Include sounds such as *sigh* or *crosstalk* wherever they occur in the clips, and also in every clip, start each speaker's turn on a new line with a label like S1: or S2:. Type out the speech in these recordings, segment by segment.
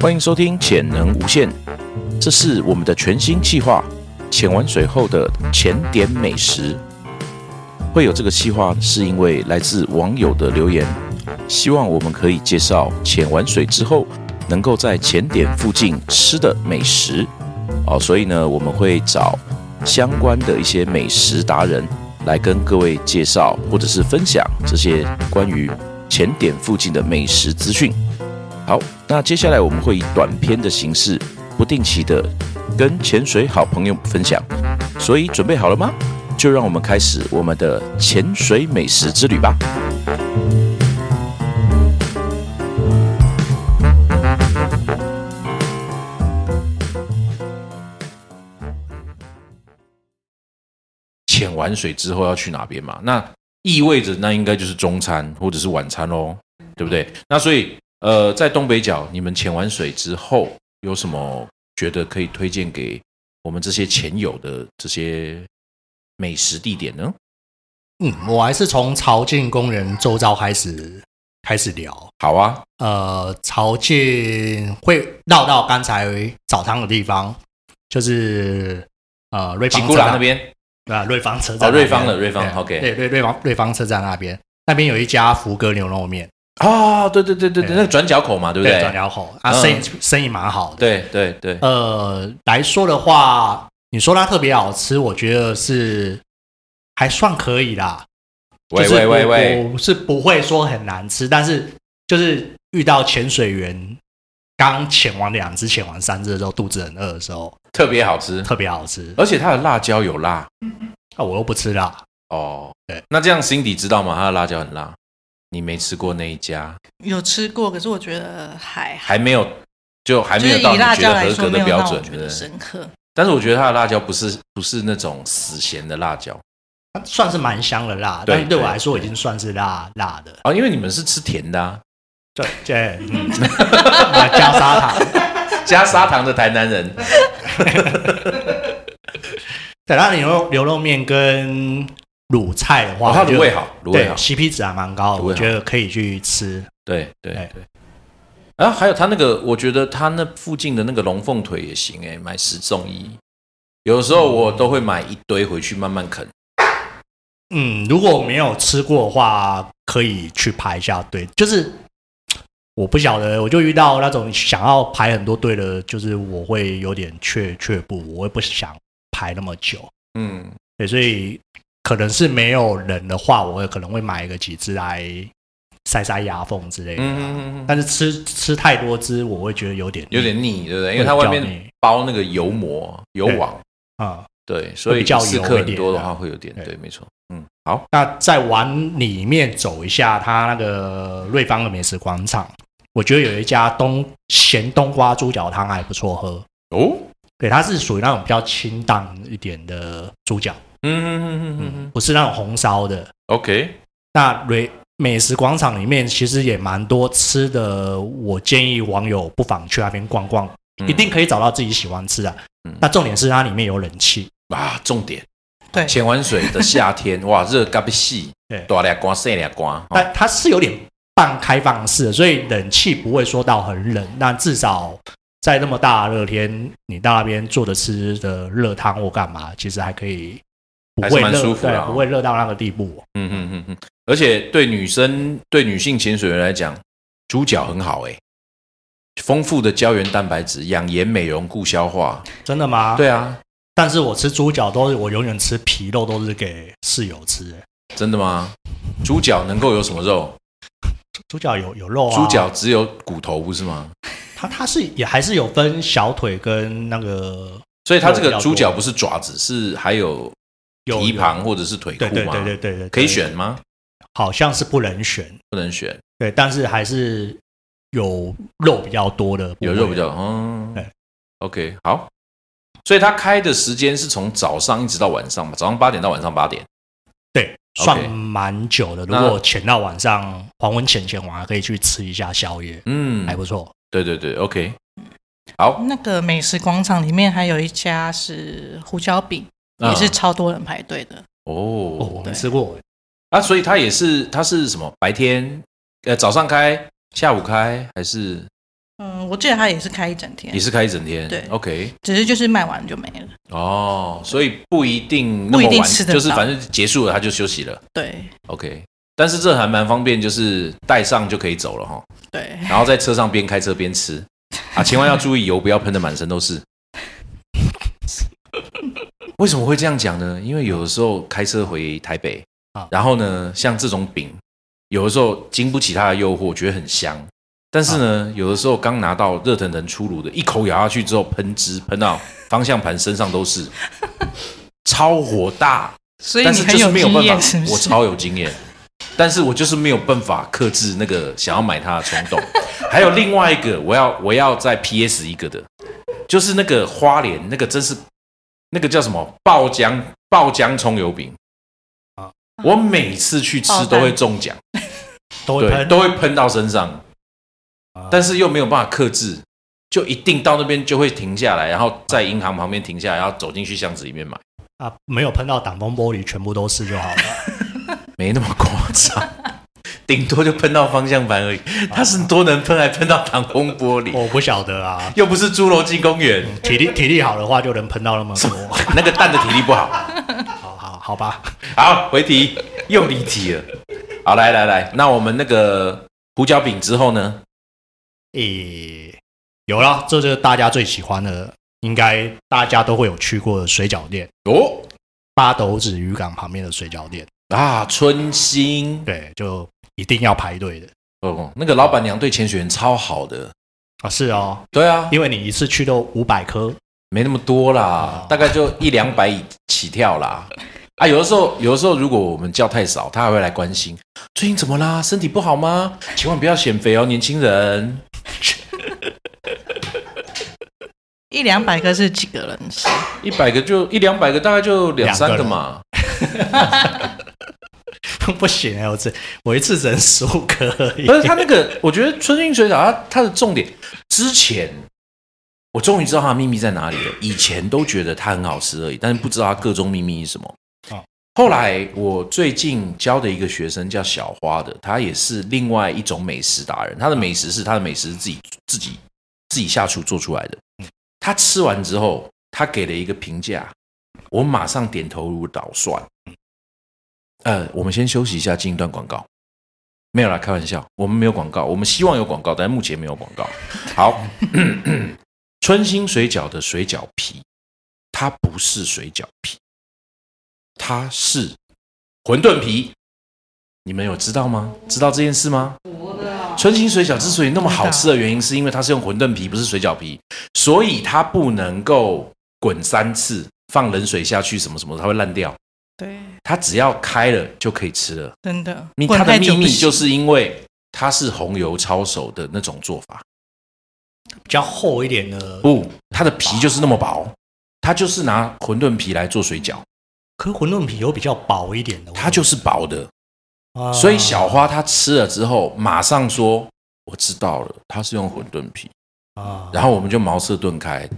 S1: 欢迎收听《潜能无限》，这是我们的全新计划。潜完水后的潜点美食，会有这个计划，是因为来自网友的留言，希望我们可以介绍潜完水之后能够在潜点附近吃的美食。哦，所以呢，我们会找相关的一些美食达人来跟各位介绍或者是分享这些关于潜点附近的美食资讯。好，那接下来我们会以短片的形式，不定期的跟潜水好朋友分享。所以准备好了吗？就让我们开始我们的潜水美食之旅吧。潜完水之后要去哪边嘛？那意味着那应该就是中餐或者是晚餐喽，对不对？那所以呃，在东北角，你们潜完水之后有什么觉得可以推荐给我们这些潜友的这些美食地点呢？
S2: 嗯，我还是从潮境公园周遭开始开始聊。
S1: 好啊，
S2: 呃，潮境会绕到刚才澡堂的地方，就是呃瑞
S1: 吉
S2: 芳
S1: 古
S2: 车
S1: 拉那
S2: 站
S1: 边
S2: 啊，瑞芳车站
S1: 哦，
S2: 那边、
S1: 瑞芳了，瑞芳
S2: 对
S1: ，OK
S2: 对对，瑞芳瑞芳车站那边，那边有一家福哥牛肉面，
S1: 啊，对对对对对，
S2: 对
S1: 那个转角口嘛，对不
S2: 嗯
S1: 对？
S2: 转角口啊，
S1: 嗯
S2: 生意生意蛮好的。
S1: 对对对，
S2: 呃，来说的话，你说它特别好吃，我觉得是还算可以啦。就
S1: 喂
S2: 是
S1: 喂喂
S2: 我
S1: 喂，，
S2: 我是不会说很难吃，但是就是遇到潜水员刚潜完两只、潜完三只的时候，肚子很饿的时候，
S1: 特别好吃，
S2: 特别好吃。
S1: 而且它的辣椒有辣
S2: 啊，我又不吃辣，
S1: 哦。
S2: 对，
S1: 那这样 Cindy 知道吗？它的辣椒很辣，你没吃过那一家，
S3: 有吃过，可是我觉得还好，
S1: 还没有，就还
S3: 就
S1: 没
S3: 是
S1: 有
S3: 以
S1: 到你
S3: 辣
S1: 觉
S3: 椒
S1: 得
S3: 来
S1: 合
S3: 说
S1: 格
S3: 没
S1: 的
S3: 有
S1: 标
S3: 让我
S1: 准，
S3: 觉
S1: 对不
S3: 得
S1: 对？
S3: 深刻。
S1: 但是我觉得它的辣椒不是不是那种死咸的辣椒
S2: 它算是蛮香的辣，
S1: 对
S2: 但是对我
S1: 对
S2: 来说已经算是辣辣的。
S1: 啊、哦，因为你们是吃甜的、啊，
S2: 对对，嗯， *laughs* 来加砂糖。
S1: 加砂糖的台南人，
S2: 对，那牛肉牛肉面跟卤菜的
S1: 哇、
S2: 话，
S1: 哦它
S2: 我觉
S1: 卤
S2: 得
S1: 味好，卤味
S2: 对
S1: 好，
S2: ，CP 值还蛮高的，
S1: 卤味
S2: 我
S1: 好
S2: 觉得可以去吃。
S1: 对对
S2: 哎
S1: 对。然后还有它那个，我觉得它那附近的那个龙凤腿也行哎、买十送一。有时候我都会买一堆回去慢慢啃。
S2: 嗯，如果没有吃过的话，可以去排一下队。就是我不晓得，我就遇到那种想要排很多队的，就是我会有点却却步，我会不想排那么久。
S1: 嗯，
S2: 对，所以可能是没有人的话，我可能会买个几只来塞塞牙缝之类的。
S1: 嗯，
S2: 但是吃吃太多只，我会觉得有点腻
S1: 有点腻，对不对？因为它外
S2: 会比较
S1: 面
S2: 腻
S1: 包那个油膜、油网，
S2: 啊、
S1: 对，所以
S2: 比较
S1: 刺
S2: 油
S1: 客
S2: 一
S1: 很
S2: 点
S1: 多的
S2: 啊
S1: 话会有点，
S2: 对
S1: 对，没错。嗯，好，
S2: 那再往里面走一下，它那个瑞芳的美食广场，我觉得有一家冬咸冬瓜猪脚汤还不错喝。
S1: 哦，
S2: 对，它是属于那种比较清淡一点的猪脚，
S1: 嗯嗯嗯嗯嗯
S2: 不是那种红烧的。
S1: ，OK，
S2: 那瑞美食广场里面其实也蛮多吃的，我建议网友不妨去那边逛逛，
S1: 嗯
S2: 一定可以找到自己喜欢吃的
S1: 嗯。
S2: 那重点是它里面有冷气，
S1: 啊，重点，
S3: 对，
S1: 潜完水的夏
S2: *laughs*
S1: 天，哇，热嘎不细
S2: 对，
S1: 大俩瓜，细俩瓜，哦
S2: 但它是有点半开放式的，所以冷气不会说到很冷，那至少在那么大的热天，你到那边做的吃的热汤或干嘛，其实还可以不
S1: 还是
S2: 会
S1: 蛮
S2: 热，
S1: 舒服的
S2: 对
S1: 啊，
S2: 不会热到那个地步。哦
S1: 嗯嗯嗯嗯，而且对女生、对女性潜水员来讲，猪脚很好哎、丰富的胶原蛋白质，养颜美容、固消化。
S2: 真的吗？。
S1: 对啊，
S2: 但是我吃猪脚都是，我永远吃皮肉，都是给室友吃。欸
S1: 真的吗？猪脚能够有什么肉？
S2: 猪脚有有肉啊，
S1: 猪脚只有骨头不是吗？
S2: 它它是也还是有分小腿跟那个
S1: 所以它这
S2: 肉比
S1: 个
S2: 较
S1: 猪脚
S2: 多
S1: 不是爪子，是还有
S2: 有
S1: 蹄
S2: 有
S1: 膀或者是腿裤
S2: 对对
S1: 吗？
S2: 对对对对，
S1: 啊可以
S2: 对，
S1: 选吗？
S2: 好像是不能选，
S1: 不能选，
S2: 对，但是还是有肉比较多的部位，
S1: 有肉比
S3: 啊
S1: 较嗯
S3: 哎
S2: 对。
S1: OK，好。所以它开的时间是从早上一直到晚上嘛，早上八点到晚上八点。
S2: 对，
S1: OK
S2: 算蛮久的。如
S1: 那
S2: 果潜到晚上黄昏前前，我还可以去吃一下宵夜，
S1: 嗯，
S3: 哎
S2: 还不错。
S1: 对对对，OK。好，
S3: 那个美食广场里面还有一家是胡椒饼，也是
S1: 嗯
S3: 超多人排队的。
S2: 哦，
S1: 哦
S2: 我没吃过，
S1: 啊，所以它也是它是什么？白天呃早上开，下午开还是
S3: 嗯，我记得他也是开一整天
S1: 也，是开一整天，
S3: 对
S1: ，OK，
S3: 只是就是卖完就没了。
S1: 哦，所以不一定那么
S3: 不一定
S1: 晚，
S3: 吃得
S1: 就是
S3: 到
S1: 反正结束了他就休息了
S3: 对
S1: ，OK。但是这还蛮方便，就是带上就可以走了哈，
S3: 对，
S1: 然后在车上边开车边吃啊，千万要注意油不要喷的满身都是。为什么会这样讲呢？因为有的时候开车回台北
S2: 啊，
S1: 然后呢，像这种饼，有的时候经不起它的诱惑，觉得很香。但是呢，有的时候刚拿到热腾腾出炉的，一口咬下去之后喷汁，喷到方向盘身上都是，超火大。
S3: 所以
S1: 但
S3: 你
S1: 是
S3: 很
S1: 就是没有
S3: 经
S1: 办法，
S3: 验，是不是？
S1: 我超有经验，但是我就是没有办法克制那个想要买它的冲动。还有另外一个，我要我要再 PS 一个的，就是那个花莲那个真是那个叫什么爆浆爆浆葱油饼
S2: 啊
S1: 我每次去吃
S3: 爆
S1: 都
S3: 单
S1: 会中奖，
S2: 都会
S1: 对，
S2: 喷，
S1: 都会喷到身上，
S2: 啊
S1: 但是又没有办法克制，就一定到那边就会停下来，然后在银行旁边停下来，然后走进去箱子里面买，
S2: 啊没有喷到挡风玻璃，全部都是就好了。 *laughs*
S1: 没那么夸张。顶多就喷到方向盘而已，它是多能喷，还喷到挡风玻璃，
S2: 我不晓得啊， *laughs*
S1: 又不是侏罗纪公园，
S2: 体力体力好的话就能喷到那么多。
S1: 那个蛋的体力不好。
S2: 好好好吧，
S1: 好，回题又离题了。好，来来来，那我们那个胡椒饼之后呢？
S2: 诶、有了，这就是大家最喜欢的，应该大家都会有去过的水饺店，
S1: 哦
S2: 八斗子渔港旁边的水饺店，
S1: 啊，春心
S2: 对，就一定要排队的
S1: 哦，那个老板娘对潜水员超好的。
S2: 啊。是哦，
S1: 对啊，
S2: 因为你一次去都五百颗，
S1: 没那么多啦
S2: 哦，
S1: 大概就一两百起跳啦。啊，有的时候，有的时候，如果我们叫太少，他还会来关心，最近怎么啦？身体不好吗？千万不要减肥哦，年轻人。
S3: 一两百个是几个人吃？
S1: 一百个就一两百个，大概就两三个嘛。
S2: *laughs* 不行啊，我这我一次只能 *laughs* 十五颗而已
S1: 不。是他那个，我觉得春运水饺，它它的重点，之前我终于知道它的秘密在哪里了。以前都觉得它很好吃而已，但是不知道它各中秘密是什么
S2: 哦。
S1: 后来我最近教的一个学生叫小花的，他也是另外一种美食达人。他的美食是他的美食是自己自己自己下厨做出来的。
S2: 嗯
S1: 他吃完之后，他给了一个评价，我马上点头如捣蒜。
S2: 嗯
S1: 呃，我们先休息一下，进一段广告。没有啦，开玩笑，我们没有广告，我们希望有广告，但目前没有广告。好， *clears throat* 春兴水饺的水饺皮，它不是水饺皮，它是馄饨皮。你们有知道吗？知道这件事吗？春兴水饺之所以那么好吃的原因，是因为它是用馄饨皮，不是水饺皮，所以它不能够滚三次，放冷水下去，什么什么，它会烂掉。
S3: 对，
S1: 它只要开了就可以吃了。
S3: 真的。
S1: 你
S3: 滚
S1: 它的
S3: 太
S1: 秘
S3: 久不
S1: 密
S3: 行
S1: 就是因为它是红油抄手的那种做法，
S2: 比较厚一点的，
S1: 不，它的皮就是那么薄，它就是拿馄饨皮来做水饺，
S2: 可馄饨皮有比较薄一点的，
S1: 它就是薄的。
S2: 啊
S1: 所以小花她吃了之后，马上说：“我知道了，它是用馄饨皮。”
S2: 啊，
S1: 然后我们就茅塞顿开，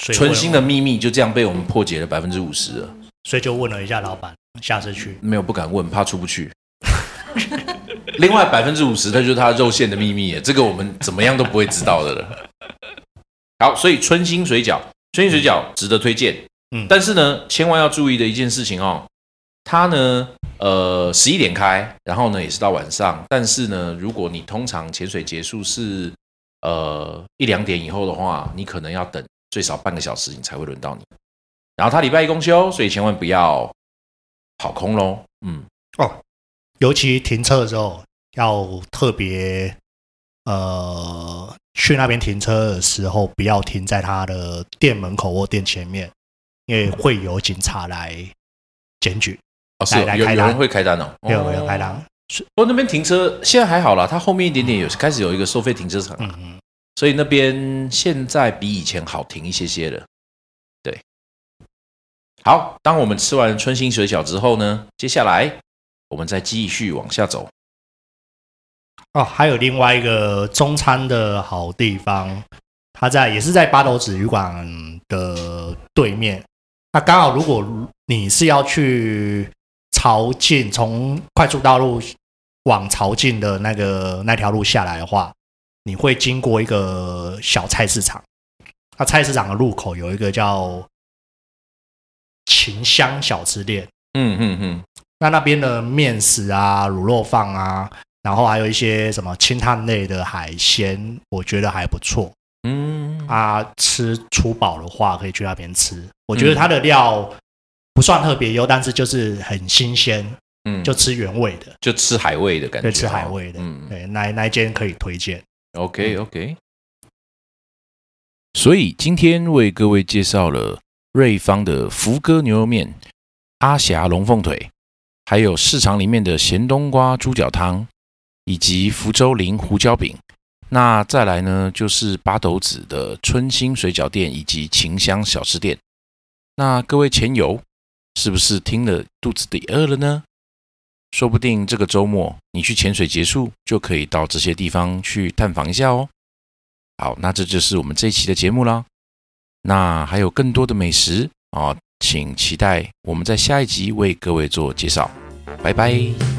S2: 所以
S1: 春
S2: 问
S1: 心的秘密就这样被我们破解了百分之五十了。
S2: 所以就问了一下老板，下次去
S1: 没有不敢问，怕出不去。 *laughs* 另外百分之五十，那就是它肉馅的秘密耶，这个我们怎么样都不会知道的了。好，所以春心水饺，春心水饺值得推荐。嗯
S2: 嗯，
S1: 但是呢，千万要注意的一件事情哦，它呢，呃，十一点开，然后呢也是到晚上，但是呢，如果你通常潜水结束是呃一两点以后的话，你可能要等最少半个小时，你才会轮到你。然后它礼拜一公休，所以千万不要跑空喽。嗯，
S2: 尤其停车的时候要特别，呃，去那边停车的时候不要停在他的店门口或店前面，因为会有警察来检举，
S1: 哦，是哦
S2: 来来
S1: 有有
S2: 开单
S1: 人会开单哦，
S2: 会有人
S1: 哦
S2: 来拦。
S1: 不过那边停车现在还好啦，它后面一点点有开始有一个收费停车场，
S2: 嗯嗯，
S1: 所以那边现在比以前好停一些些了。对，好，当我们吃完春心水饺之后呢，接下来我们再继续往下走。
S2: 哦，还有另外一个中餐的好地方，它在也是在八斗子旅馆的对面。那刚好，如果你是要去朝觐，从快速道路往朝觐的那个那条路下来的话，你会经过一个小菜市场，它菜市场的入口有一个叫秦香小吃店，
S1: 嗯嗯嗯，
S2: 那那边的面食啊、卤肉饭啊，然后还有一些什么清淡类的海鲜，我觉得还不错
S1: 嗯，
S2: 啊。吃粗饱的话，可以去那边吃。我觉得它的料不算特别优，但是就是很新鲜，
S1: 嗯，
S2: 就
S1: 就
S2: 吃原味的，
S1: 就吃海味的感觉，
S2: 对，吃海味的，
S1: 嗯
S2: 对，那那一间可以推荐。
S1: ，OK OK。所以今天为各位介绍了瑞芳的福哥牛肉面、阿霞龙凤腿，还有市场里面的咸冬瓜猪脚汤，以及福州林胡椒饼。那再来呢，就是八斗子的春兴水饺店以及秦香小吃店。那各位前友，是不是听了肚子里饿了呢？说不定这个周末你去潜水结束，就可以到这些地方去探访一下哦。好，那这就是我们这一期的节目啦。那还有更多的美食啊、请期待我们在下一集为各位做介绍。拜拜。